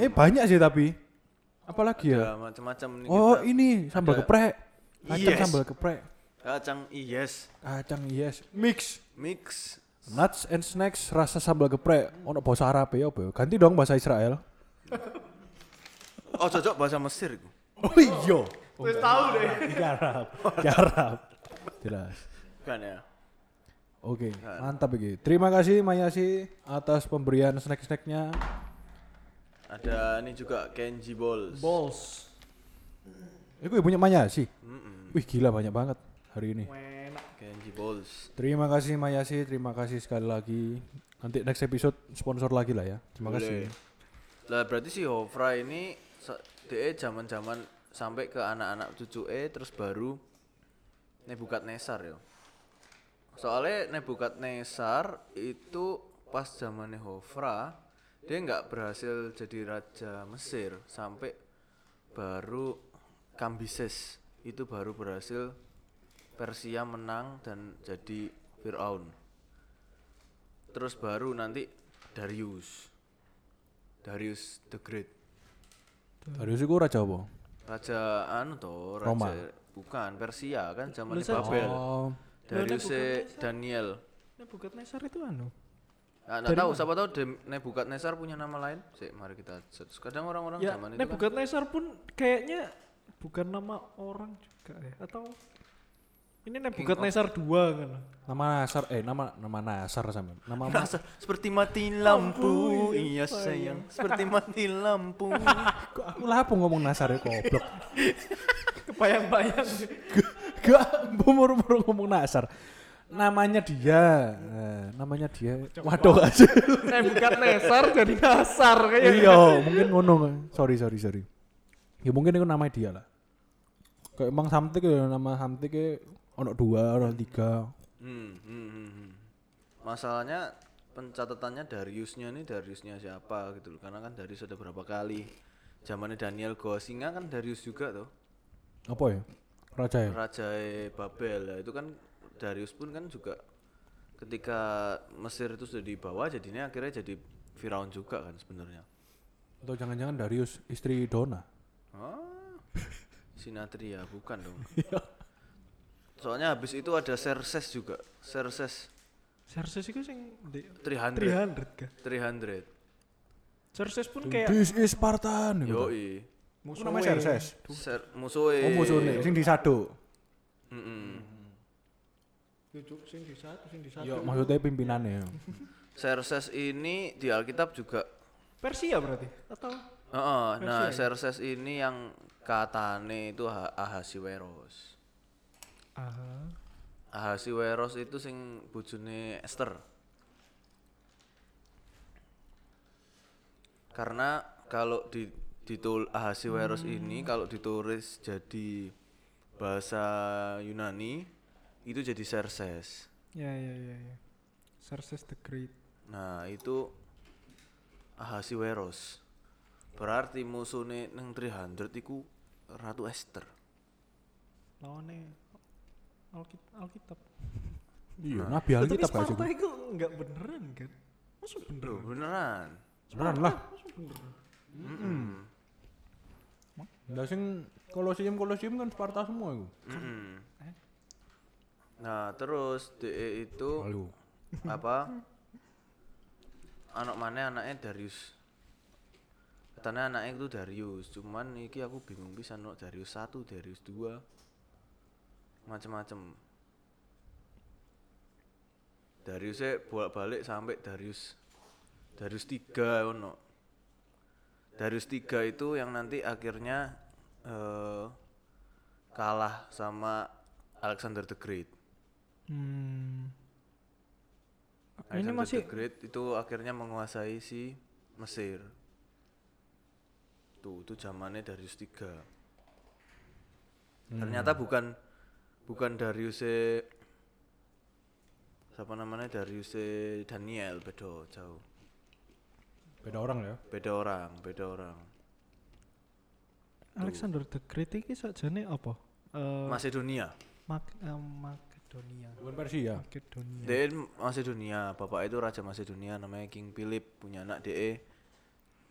S1: Eh banyak sih tapi. Apalagi ya?
S2: Ya, macam-macam nih
S1: Oh,
S2: kita.
S1: ini sambal
S2: ada-
S1: geprek. Kacang
S2: Yes.
S1: sambal geprek.
S2: Kacang Eh, yes,
S1: Kacang yes, mix.
S2: mix.
S1: Nuts and snacks rasa sambal geprek. Ono bahasa Arab ya apa ya? Ganti dong bahasa Israel.
S2: Oh, cocok bahasa Mesir. iku.
S1: Oh iya.
S3: Wis tahu deh.
S1: Iki Arab. Iki Arab. Jelas.
S2: Bukan ya?
S1: Oke, mantap iki. Terima kasih Mayasi atas pemberian snack-snacknya.
S2: Ada ini juga Kenji Balls.
S3: Balls.
S1: Iku ibunya Mayasi. Wih gila banyak banget hari ini.
S3: Enak.
S2: Kenji Balls.
S1: Terima kasih Mayasi, terima kasih sekali lagi. Nanti next episode sponsor lagi lah ya. Terima kasih.
S2: Boleh. Lah berarti si Hofra ini sa- dia zaman-zaman sampai ke anak-anak cucu E terus baru Nebukadnesar ya. Soalnya Nebukadnesar itu pas zamannya Hofra dia nggak berhasil jadi raja Mesir sampai baru Kambises itu baru berhasil Persia menang dan jadi Fir'aun. Terus baru nanti Darius. Darius the Great.
S1: Darius iku raja apa?
S2: Raja anu to, raja
S1: Roma.
S2: bukan Persia kan zaman
S3: Lu
S2: Babel.
S1: Oh,
S2: Darius
S3: Lu
S2: e Daniel.
S3: Nebukadnezar itu anu.
S2: Nah, nggak tahu siapa tahu Dem- Nebukadnezar punya nama lain. Sik, mari kita search. Kadang orang-orang
S3: Ya,
S2: zaman itu kan
S3: Nebukadnezar pun kayaknya bukan nama orang juga ya atau ini Nebukadnezar 2 kan.
S1: nama Nasar eh nama nama Nasar sama. Nama Ma-
S2: kan merasa seperti mati lampu. Iya
S3: ya?
S2: sayang, seperti mati lampu.
S1: Kok aku lapo ngomong Nasar ya goblok.
S3: Kebayang-bayang.
S1: Gak bumur-bumur ngomong Nasar. Namanya dia. Nah, namanya dia. Waduh aja.
S3: Nebukadnezar jadi kasar kayak
S1: iya, mungkin ngono. Sorry, sorry, sorry. Ya mungkin itu namanya dia lah. Kayak emang Samtik ya nama Samtik ya ono dua, ono tiga.
S2: Hmm, hmm, hmm, hmm. Masalahnya pencatatannya Dariusnya nih Dariusnya siapa gitu loh. Karena kan Darius ada berapa kali. Zamannya Daniel Gosinga kan Darius juga tuh.
S1: Apa ya? Raja ya?
S2: Raja Babel lah itu kan Darius pun kan juga ketika Mesir itu sudah dibawa jadinya akhirnya jadi Firaun juga kan sebenarnya.
S1: Atau jangan-jangan Darius istri Dona?
S2: Ah, Sinatria bukan dong.
S1: Iya.
S2: Soalnya habis itu ada Xerxes juga. Xerxes
S3: Xerxes itu sing di
S2: 300.
S3: 300 kan.
S2: 300.
S3: Xerxes pun kayak
S1: This is Spartan. Yo,
S2: Yoi.
S1: namanya Xerxes.
S2: Ser musuhe.
S1: Oh musuhnya, sing disado.
S2: Mm-mm.
S3: Yo, sing di satu, sing di satu.
S1: Yo, maksudnya pimpinannya.
S2: Xerxes ini di Alkitab juga
S3: Persia berarti atau
S2: Heeh, nah Xerxes ini yang katane itu Ah- Ahasiweros.
S3: Aha.
S2: Ahasiweros itu sing bojone Esther. Karena kalau di ditul Ahasuerus ini kalau ditulis jadi bahasa Yunani itu jadi Xerxes.
S3: Ya ya ya ya. Xerxes the Great.
S2: Nah, itu Ahasuerus. Berarti musuhnya neng 300 iku Ratu Esther.
S3: Lawannya Alkit- Alkitab.
S1: Iya, Nabi Alkitab
S3: Tapi
S1: gak sih?
S3: Sparta itu enggak beneran kan? Maksud bener.
S2: Loh, beneran.
S1: Beneran lah.
S3: Maksud beneran.
S1: Lah sing kolosium-kolosium kan Sparta semua iku.
S2: Mm-mm. Nah, terus DE itu
S1: Lalu
S2: apa anak mana anaknya Darius katanya anaknya itu Darius cuman iki aku bingung bisa no Darius satu Darius dua macem-macem Dariusnya bolak balik sampai Darius Darius tiga ono Darius tiga itu yang nanti akhirnya eh, kalah sama Alexander the Great
S3: Hmm.
S2: Alexander masih... the Great itu akhirnya menguasai si Mesir. Tuh, itu zamannya Darius III. Ternyata bukan bukan Darius e- siapa namanya Darius e Daniel beda jauh.
S1: beda orang ya.
S2: Beda orang, beda orang.
S3: Alexander the Great iki sakjane apa? Eh
S2: Macedonia.
S3: Mak- eh, Makedonia.
S1: Bukan Persia. ya.
S3: Makedonia.
S2: DE Macedonia, bapak itu raja Macedonia namanya King Philip, punya anak DE.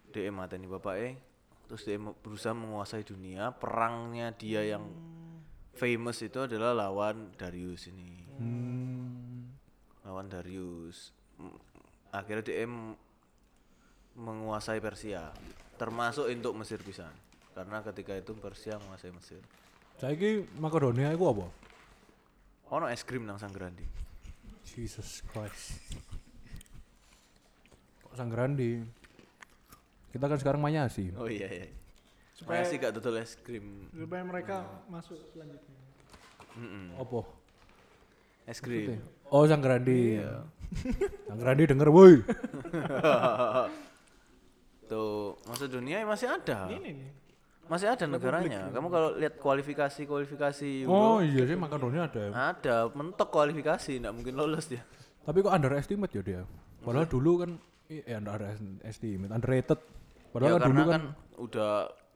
S2: DE E mateni bapaknya. Terus DE me- berusaha menguasai dunia, perangnya dia yang famous itu adalah lawan Darius ini.
S1: Mm.
S2: Lawan Darius. M- Akhirnya DE m- menguasai Persia, termasuk untuk Mesir pisan. Karena ketika itu Persia menguasai Mesir.
S1: Saiki Makedonia iku apa?
S2: Ono es krim nang Sanggrandi.
S1: Jesus Christ. Kok Sanggrandi. Kita kan sekarang Mayasi.
S2: Oh iya iya. Supaya sih gak dodol es krim.
S3: Supaya mereka masuk selanjutnya.
S2: Mm-mm.
S1: Apa?
S2: Es krim.
S1: Oh Sanggrandi. Sanggrandi denger woi.
S2: Tuh, Macedonia masih ada.
S3: Ini nih.
S2: Masih ada negaranya. Kamu kalau lihat kualifikasi-kualifikasi
S1: Oh
S2: Euro,
S1: iya sih Makedonia ada. ya.
S2: ada mentok kualifikasi, nggak mungkin lolos dia.
S1: Tapi kok underestimate ya dia? Padahal dulu kan i- eh underestimate, underrated. Padahal
S2: Ya,
S1: kan dulu
S2: karena
S1: kan,
S2: kan udah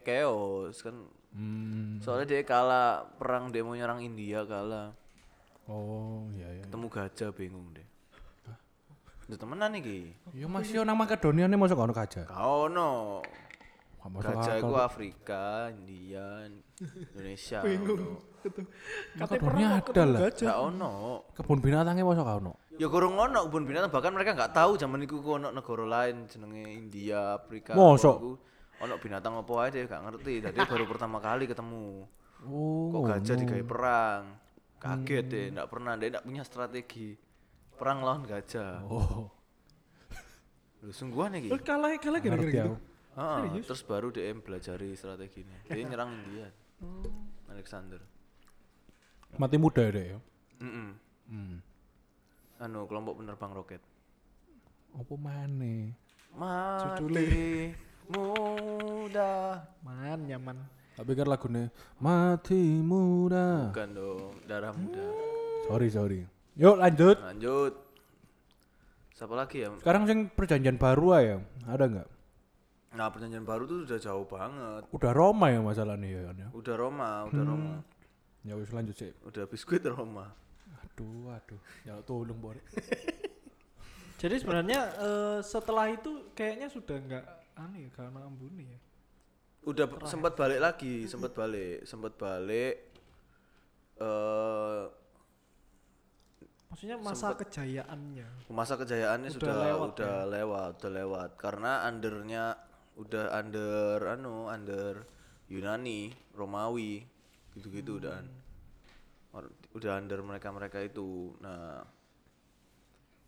S2: chaos kan.
S1: Hmm.
S2: Soalnya dia kalah perang dia mau nyerang India kalah.
S1: oh iya iya.
S2: Ketemu gajah bingung deh. Itu temenan iki.
S1: Ya masih nang Makedonia nih masuk ono kaca.
S2: Kau no.
S1: Gak masuk
S2: Gajah
S1: akal.
S2: itu Afrika, India, Indonesia. Bingung.
S1: Makedonia ada lah.
S2: Gak ono.
S1: Kebun binatangnya masuk ono.
S2: Ya gorong ono kebun binatang bahkan mereka nggak tahu zaman iku ku ono negara lain jenenge India, Afrika.
S1: Mosok?
S2: apa iku. Ono binatang apa aja gak ngerti. Tadi baru pertama kali ketemu.
S1: Oh.
S2: Kok gajah digawe perang? Kaget deh, nggak pernah deh, nggak punya strategi perang lawan gajah.
S1: Oh.
S2: Lu sungguhan iki.
S3: Lu kalah kalah gara-gara
S1: Ngerti
S3: gitu.
S1: aku.
S2: Ah, terus baru dia belajari strateginya. Dia nyerang India.
S1: Oh.
S2: Alexander.
S1: Mati muda ya deh ya.
S2: Mm-mm.
S1: Hmm.
S2: Anu kelompok penerbang roket.
S1: Apa mana?
S2: Mati muda
S3: Man nyaman.
S1: Tak pikir lagunya Mati Muda.
S2: Bukan dong, darah muda.
S1: Sorry sorry. Yuk lanjut.
S2: Lanjut. Siapa lagi ya?
S1: Sekarang sing perjanjian baru ya, ada nggak?
S2: Nah, perjanjian baru tuh udah jauh banget.
S1: Udah Roma ya masalahnya ya kan ya.
S2: Udah Roma, udah Roma.
S1: Ya wis lanjut sih.
S2: Udah biskuit Roma.
S1: Aduh aduh. Ya tolong bor.
S3: Jadi sebenarnya eh, setelah itu kayaknya sudah anu enggak aneh karena ambune ya.
S2: Udah b- sempat balik lagi, sempat balik, sempat balik. Eh,
S3: Maksudnya masa kejayaannya.
S2: masa kejayaannya
S3: Udah
S2: sudah
S3: lewat ya?
S2: udah lewat, udah lewat. Karena undernya udah under anu, under Yunani, Romawi, gitu-gitu
S3: Hmm.
S2: dan Or- udah under mereka-mereka itu. Nah,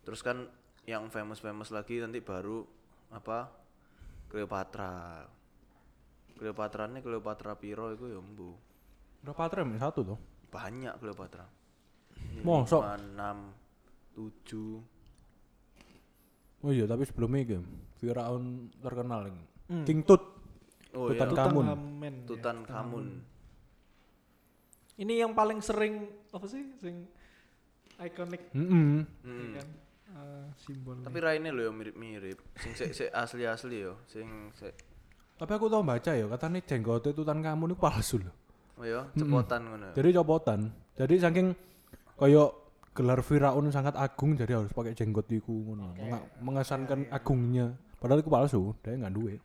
S2: terus kan yang famous-famous lagi nanti baru apa? Cleopatra. Cleopatra ini Cleopatra Piro itu ya mbu.
S1: Berapa atrem? Satu tuh.
S2: Banyak Cleopatra.
S1: Mosok?
S2: 6 7
S1: Oh iya, tapi sebelumnya game Firaun terkenal ini.
S2: Hmm.
S1: King Tut.
S2: Oh iya.
S1: Tutankhamun.
S3: Tutankhamen, ya.
S2: Tutankhamun.
S3: Ini yang paling sering apa sih sing ikonik
S1: Mm-mm.
S2: Mm.
S3: kan eh, simbol.
S2: Tapi raine lho ya mirip-mirip. Sing sik sik asli-asli yo, sing sik
S1: Tapi aku tau baca ya, katanya jenggotnya Tutankhamun itu palsu loh.
S2: oh ya cepotan ngono. ya.
S1: Jadi copotan. Jadi saking koyo gelar Firaun sangat agung jadi harus pakai jenggot iku ngono. Menga- mengesankan agungnya. Padahal iku palsu, dia nggak duwe.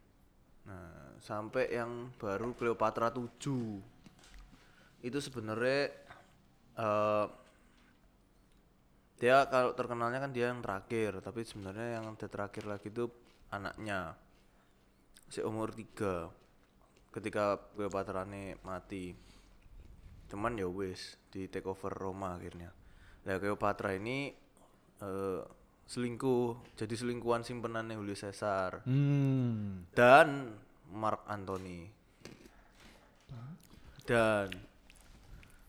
S2: Nah, sampai yang baru Cleopatra 7. Itu sebenarnya eh dia kalau terkenalnya kan dia yang terakhir, tapi sebenarnya yang terakhir lagi itu anaknya. Si umur 3 ketika Cleopatra ini mati. Cuman ya wis di take over Roma akhirnya. Nah, Cleopatra ini eh selingkuh, jadi selingkuhan simpenannya Julius Caesar
S1: Hmm.
S2: dan Mark Anthony dan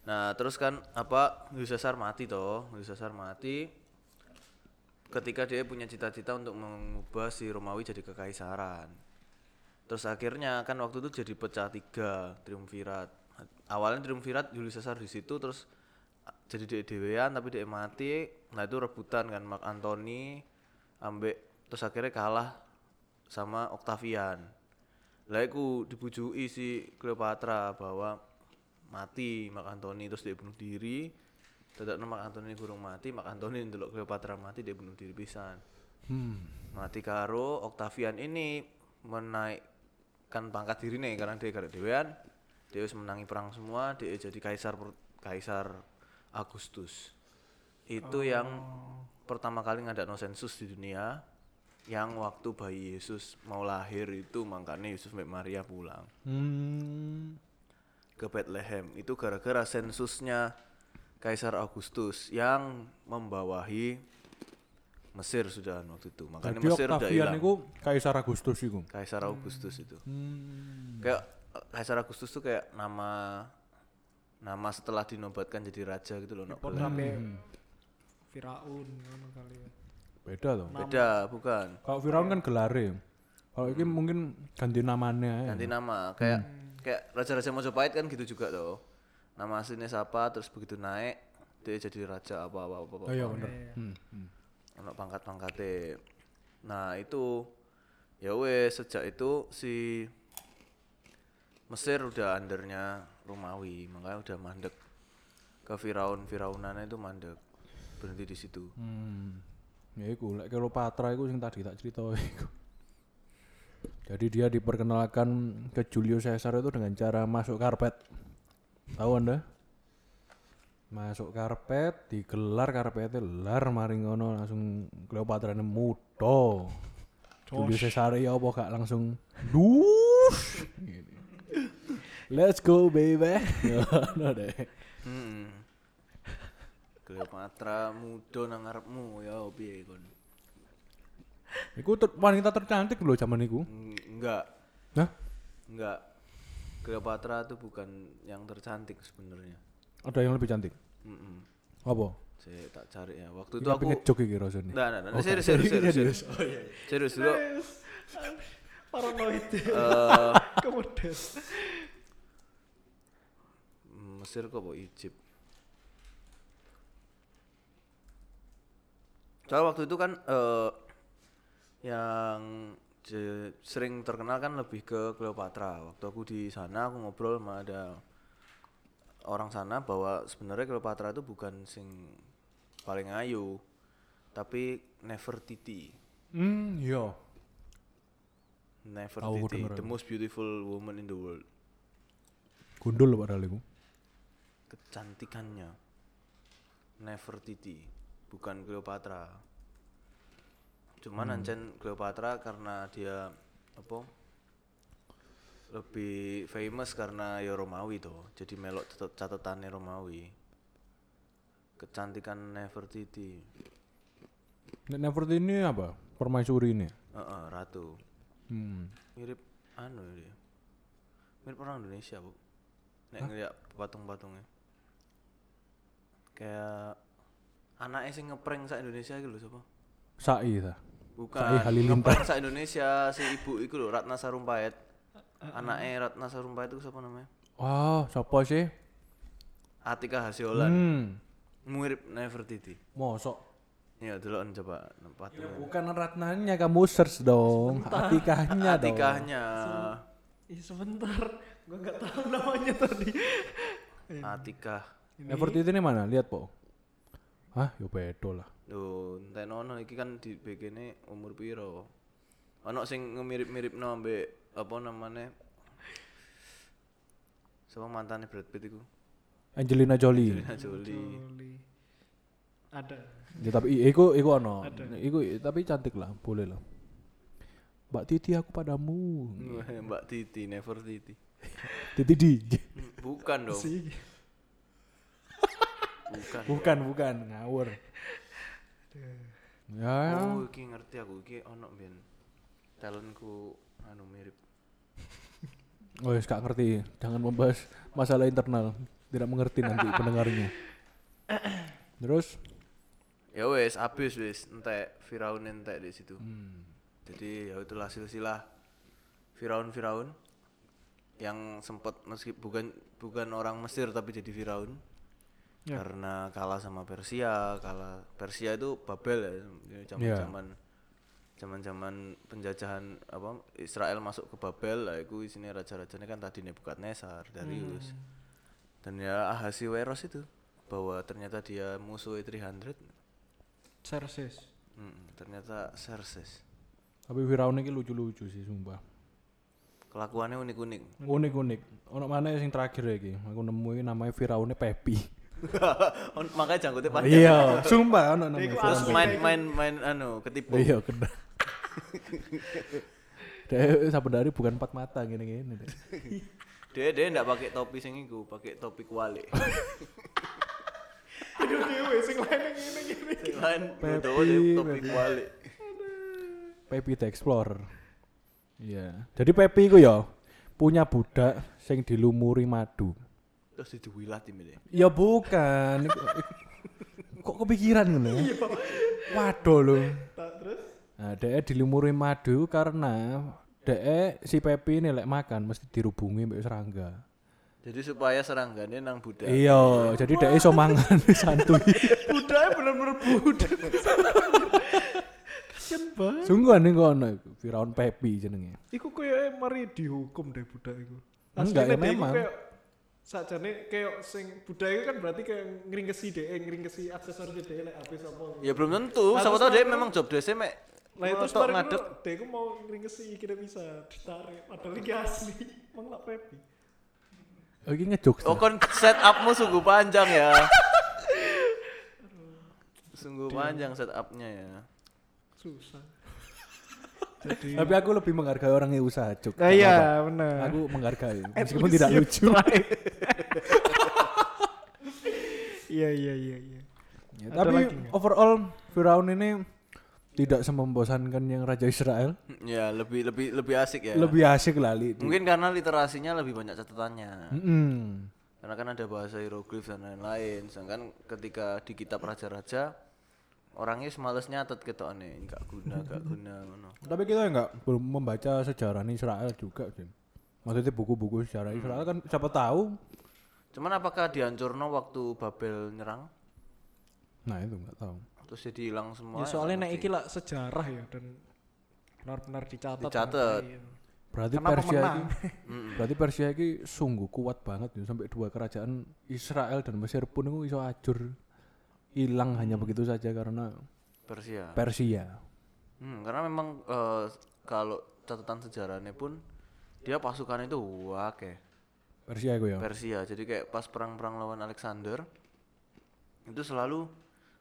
S2: nah terus kan apa Julius Caesar mati toh Julius Caesar mati ketika dia punya cita-cita untuk mengubah si Romawi jadi kekaisaran terus akhirnya kan waktu itu jadi pecah tiga triumvirat awalnya triumvirat Julius Caesar di situ terus a- jadi dia dewean tapi dia mati nah itu rebutan kan Mark Antony ambek terus akhirnya kalah sama Octavian lah iku dibujui si Cleopatra bahwa mati Mark Antony terus dia bunuh diri tidak Mark Antony gurung mati Mark Antony ndelok Cleopatra mati dia bunuh diri pisan
S1: Hmm.
S2: mati karo Octavian ini menaikkan pangkat diri nih karena dia karena dewean dia wis menangi perang semua dia jadi kaisar per- kaisar Agustus
S1: Oh.
S2: itu yang pertama kali ngadakno sensus di dunia yang waktu bayi Yesus mau lahir itu makanya Yusuf dan Maria pulang
S1: Hmm.
S2: ke Bethlehem itu gara-gara sensusnya Kaisar Agustus yang membawahi Mesir sudah waktu itu makanya
S1: Jadi
S2: Mesir udah
S1: Octavian
S2: hilang
S1: iku Kaisar Agustus iku.
S2: Kaisar Augustus itu.
S1: Hmm.
S2: Kayak eh, Kaisar Augustus tuh kayak nama nama setelah dinobatkan jadi raja gitu loh. Nok.
S3: Pon sampe Hmm. Firaun ngono kali ya.
S1: Beda loh.
S2: Beda, bukan.
S1: Kalau Firaun kan gelare. Kalau ini mungkin ganti namanya ya.
S2: Ganti nama kayak kayak raja-raja Mojopahit kan gitu juga tuh. Nama aslinya siapa terus begitu naik dia jadi raja apa apa apa. apa.
S1: Oh iya bener. Hmm. hmm.
S2: ono pangkat-pangkatnya. Nah, itu ya wes sejak itu si Mesir udah undernya Romawi, makanya udah mandek ke Firaun Firaunannya itu mandek berhenti di situ.
S1: Hmm. Ya iku lek Cleopatra iku sing tadi tak cerita iku. Jadi dia diperkenalkan ke Julius Caesar itu dengan cara masuk karpet. Tahu Anda? Masuk karpet, digelar karpetnya, lar maring ngono langsung Cleopatra ini muda. Julius Caesar ya apa gak langsung dus. Gini. Let's go baby. Ya, Ngono deh.
S2: Hmm. Cleopatra muda nang ngarepmu ya piye kon?
S1: Iku ter- wanita tercantik loh zaman iku.
S2: Eng- Enggak,
S1: Nah,
S2: enggak. Cleopatra itu bukan yang tercantik sebenarnya.
S1: ada yang lebih cantik.
S2: Mm-mm.
S1: Apa?
S2: Saya tak cari ya. Waktu itu
S1: Itu aku
S2: aku
S1: ngejok iki rasane.
S2: Nah, nah, nah, serius, serius, serius, serius. Serius dulu.
S3: Paranoid.
S2: Eh,
S3: Kemudian
S2: Mesir kok apa Egypt? Soalnya waktu itu kan eh, yang je- sering terkenal kan lebih ke Cleopatra. Waktu aku di sana aku ngobrol sama ada orang sana bahwa sebenarnya Cleopatra itu bukan sing paling ayu, tapi Nefertiti.
S1: Hmm, iya.
S2: Nefertiti, the most beautiful woman in the world.
S1: Gundul padahal iku.
S2: kecantikannya Nefertiti bukan Cleopatra cuman ancen Cleopatra karena dia apa lebih famous karena ya Romawi tuh jadi melok catet- catatannya Romawi kecantikan Nefertiti
S1: Nek Nefertiti ini apa? Permaisuri ini.
S2: Heeh, ratu
S1: Hmm.
S2: mirip anu ya dia mirip orang Indonesia bu nek ngeliat patung-patungnya kayak anaknya sing ngeprank sa Indonesia gitu loh siapa
S1: Sai ta. Sa'i
S2: Bukan.
S1: Halilintar.
S2: Ngeprank Indonesia si ibu iku lho Ratna Sarumpait. Anaknya Ratna Sarumpait itu siapa namanya?
S1: Wah, siapa Ah, sih?
S2: Atika Hasiolan.
S1: Hmm.
S2: Mirip Nefertiti.
S1: Mosok.
S2: Ya deloken coba tempat.
S1: Bukan ratnanya kamu search dong. Atikahnya dong.
S2: Atikahnya.
S3: Ih, sebentar, gua nggak tahu namanya tadi.
S2: Atikah.
S1: Nefertiti ini mana? Lihat, Po. Hah, yo bedo lah.
S2: Lho, enteno ono iki kan di BG-ne umur piro? Ono sing ngemirip-miripno ambek apa namanya? Sama mantannya Brad Pitt iku.
S1: Angelina Jolie.
S2: Angelina Jolie.
S3: Jolly. Ada.
S1: Ya, tapi i- iku iku ono. Iku tapi cantik lah, boleh lah. Mbak Titi aku padamu.
S2: Mbak Titi, Never Titi.
S1: Titi di.
S2: Bukan dong.
S3: Si.
S2: Bukan.
S1: bukan, bukan, ngawur. Ya,
S2: Oh, iki ngerti aku iki ono ben talentku anu mirip.
S1: oh ya, gak ngerti. Jangan membahas masalah internal. Tidak mengerti nanti pendengarnya. Terus,
S2: Ya wes, abis wes, entek Firaun entek di situ. Jadi ya itulah silsilah Firaun Firaun yang sempat meski bukan bukan orang Mesir tapi jadi Firaun
S3: Ya.
S2: karena kalah sama Persia, kalah Persia itu Babel ya jadi zaman-zaman zaman-zaman penjajahan apa Israel masuk ke Babel lah itu sini raja-rajanya kan tadi Nebukadnezar, Darius. Dan ya Ahasiweros itu bahwa ternyata dia musuh 300
S3: Cerses.
S2: Mm, ternyata Xerxes.
S1: tapi Firaun ini lucu-lucu sih, sumpah.
S2: Kelakuannya unik-unik.
S1: Unik-unik. Ono mana yang terakhir ya iki? Aku nemuin namanya Firaunnya Pepi.
S2: On- Makanya janggutnya panjang.
S1: Iya, sumpah ono namanya
S2: Terus
S1: Firaun.
S2: main main main anu ketipu.
S1: Iya, kena. Dia sebenarnya bukan empat mata gini-gini. deh.
S2: Dia dia ndak pakai topi sing iku, pakai topi kuali.
S3: Aduh dewe sing lain yang ngene ngene.
S2: Sing lain
S1: Pepi,
S2: ngedowo dia topi kuali.
S1: Pepi the Explorer. Iya. Jadi Pepi ku ya punya budak sing dilumuri madu.
S2: Terus diduwilat timine.
S1: Ya bukan. Iku- Kok kepikiran ngono? ya? Waduh lho.
S3: Iya. Tak terus
S1: Nah, dhek dilumuri madu karena dhek si Pepi ini lek makan mesti dirubungi mbek serangga.
S2: Jadi supaya seranggane nang budak.
S1: Iya, jadi dhek iso mangan santuy.
S3: budaya bener-bener budak. Kasian banget.
S1: Sungguhan ning kono iku, Firaun Pepi jenenge.
S3: Iku koyoke mari dihukum deh budak iku.
S1: Enggak, ya
S3: Asline deh iku
S1: memang.
S3: kayak- Sajane kayak sing budaya iku kan berarti kayak eh, ngringkesi deh, ngringkesi aksesoris deh lek habis apa.
S2: Ya belum tentu,
S3: Nah,
S2: siapa
S3: terus
S2: tahu dia
S3: mari
S2: memang job desa mek.
S3: Lah itu
S2: tok
S3: sebenarnya
S2: ngadeg.
S3: ngadep. Deh iku mau ngringkesi kira bisa ditarik padahal iki asli. Wong lak pepi.
S1: Oh, iki ngejokes.
S2: Oh kon set upmu sungguh panjang ya. sungguh panjang set up-nya ya.
S3: Susah. Jadi
S1: Tapi aku lebih menghargai orang yang usaha cuk.
S3: Nah, iya, bener.
S1: Aku menghargai
S3: At
S1: meskipun
S3: least
S1: tidak
S3: you
S1: lucu.
S3: try. Iya iya iya iya.
S1: Ya,
S3: Ada
S1: tapi
S3: lagi nggak?
S1: overall Firaun ini tidak semembosankan yang Raja Israel.
S2: Ya, lebih lebih lebih asik ya.
S1: Lebih asik lah Li.
S2: Mungkin karena literasinya lebih banyak catatannya.
S1: Mm-mm.
S2: Karena kan ada bahasa hieroglif dan lain-lain. Sedangkan ketika di kitab raja-raja orangnya semales nyatet ketok aneh, enggak guna, enggak guna ngono.
S1: Tapi kita nggak belum membaca sejarah Israel juga sih. Maksudnya buku-buku sejarah Israel kan siapa tahu.
S2: Cuman apakah dihancurno waktu Babel nyerang?
S1: Nah itu nggak tahu.
S2: Terus jadi hilang semua?
S3: Ya soalnya nek iki lah sejarah ya dan benar-benar dicatat.
S2: Dicatet.
S3: Iya.
S1: Berarti
S3: Karena
S1: Persia
S3: pemenang.
S1: ini, berarti Persia ini sungguh kuat banget ya sampai dua kerajaan Israel dan Mesir pun itu iso ajur hilang hanya begitu saja karena
S3: iya.
S2: Persia.
S1: Persia.
S2: Hmm, karena memang eh, kalau catatan sejarahnya pun dia pasukannya itu wake.
S1: Persia itu ya.
S2: Persia. Jadi kayak pas perang-perang lawan Alexander itu selalu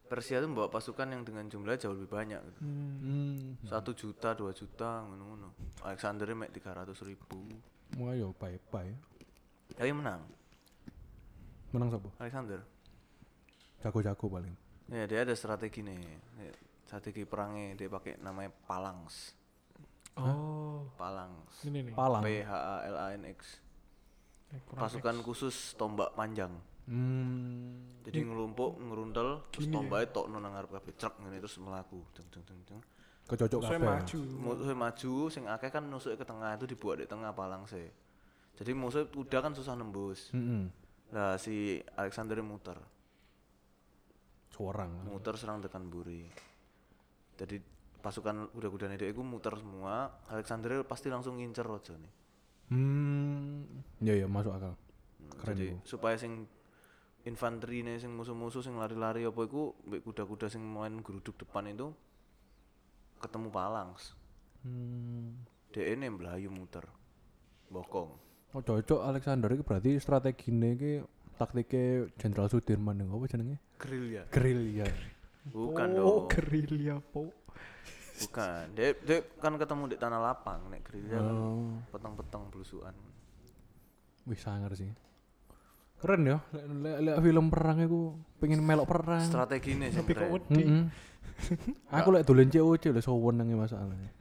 S2: Persia itu membawa pasukan yang dengan jumlah jauh lebih banyak. gitu.
S1: Hmm.
S2: Satu juta, dua juta, ngono-ngono. Alexander mek tiga ratus ribu.
S1: Wah yo bye-bye.
S2: Tapi menang
S1: Menang sapa?
S2: Alexander.
S1: Jago-jago paling.
S2: Ya dia ada strategi nih. Ya, Strategi perangnya dia pakai namanya Palangs.
S3: Oh,
S2: Palangs.
S3: ini nih.
S1: Palang. Eh,
S2: P H A L A N X. Pasukan khusus tombak panjang.
S1: Hmm. ya.
S2: Jadi ngelumpuk, ngerundel, terus tombaknya tok nang ngarep kabeh, cek ngene terus melaku. Jeng jeng jeng jeng.
S1: Kecocok
S3: Saya
S1: kabeh.
S3: maju.
S2: musuhnya maju sing akeh kan nusuk ke tengah itu dibuat di tengah palang sih jadi musuh kuda kan susah nembus
S1: Heeh.
S2: lah si Alexander muter
S1: Seorang.
S2: muter serang tekan buri jadi pasukan kuda-kuda itu itu muter semua Alexander pasti langsung ngincer rojo nih
S1: Hmm. Ya ya masuk akal. Keren
S2: jadi
S1: iku.
S2: supaya sing infanteri nih sing musuh-musuh sing lari-lari apa iku mbek kuda-kuda sing main geruduk depan itu ketemu palangs
S1: Hmm.
S2: DE nih melayu muter bokong
S1: Oh cocok Alexander iki berarti strategine iki taktike Jenderal Sudirman yang apa jenenge? ya.
S2: gerilya
S1: Gerilya.
S2: bukan
S3: Oh,
S2: dong
S3: gerilya po.
S2: bukan Dek dek kan ketemu di tanah lapang nek gerilya kan
S1: Oh.
S2: peteng-peteng belusukan
S1: Wih sangar sih. Keren ya, lek lek- lek film perang iku pengen melok perang.
S2: strategi nih sing
S3: Tapi kok
S2: keren
S3: wedi.
S1: Mm-mm. Aku lek dolen COC lho sowan nang masalahnya.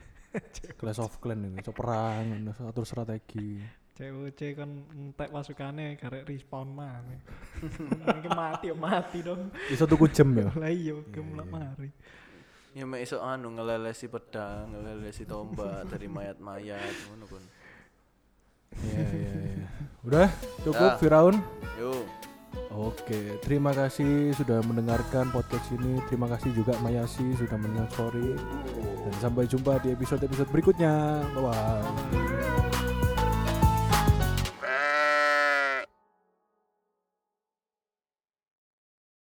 S1: Clash of Clan itu, so perang, ngono, so atur strategi.
S3: COC kan entek pasukannya karek respawn mana. Mungkin mati ya mati dong.
S1: Iso tuku jam ya.
S3: Lah iya gemlok mari.
S2: ya mek iso anu ngelelesi pedang ngelelesi tombak dari mayat-mayat ngono kon
S1: Iya iya iya. Udah cukup
S2: Ah.
S1: Firaun.
S2: yo
S1: Oke, terima kasih sudah mendengarkan podcast ini. Terima kasih juga Mayasi sudah mendengar story. Dan sampai jumpa di episode-episode berikutnya. Bye bye.
S3: Mari.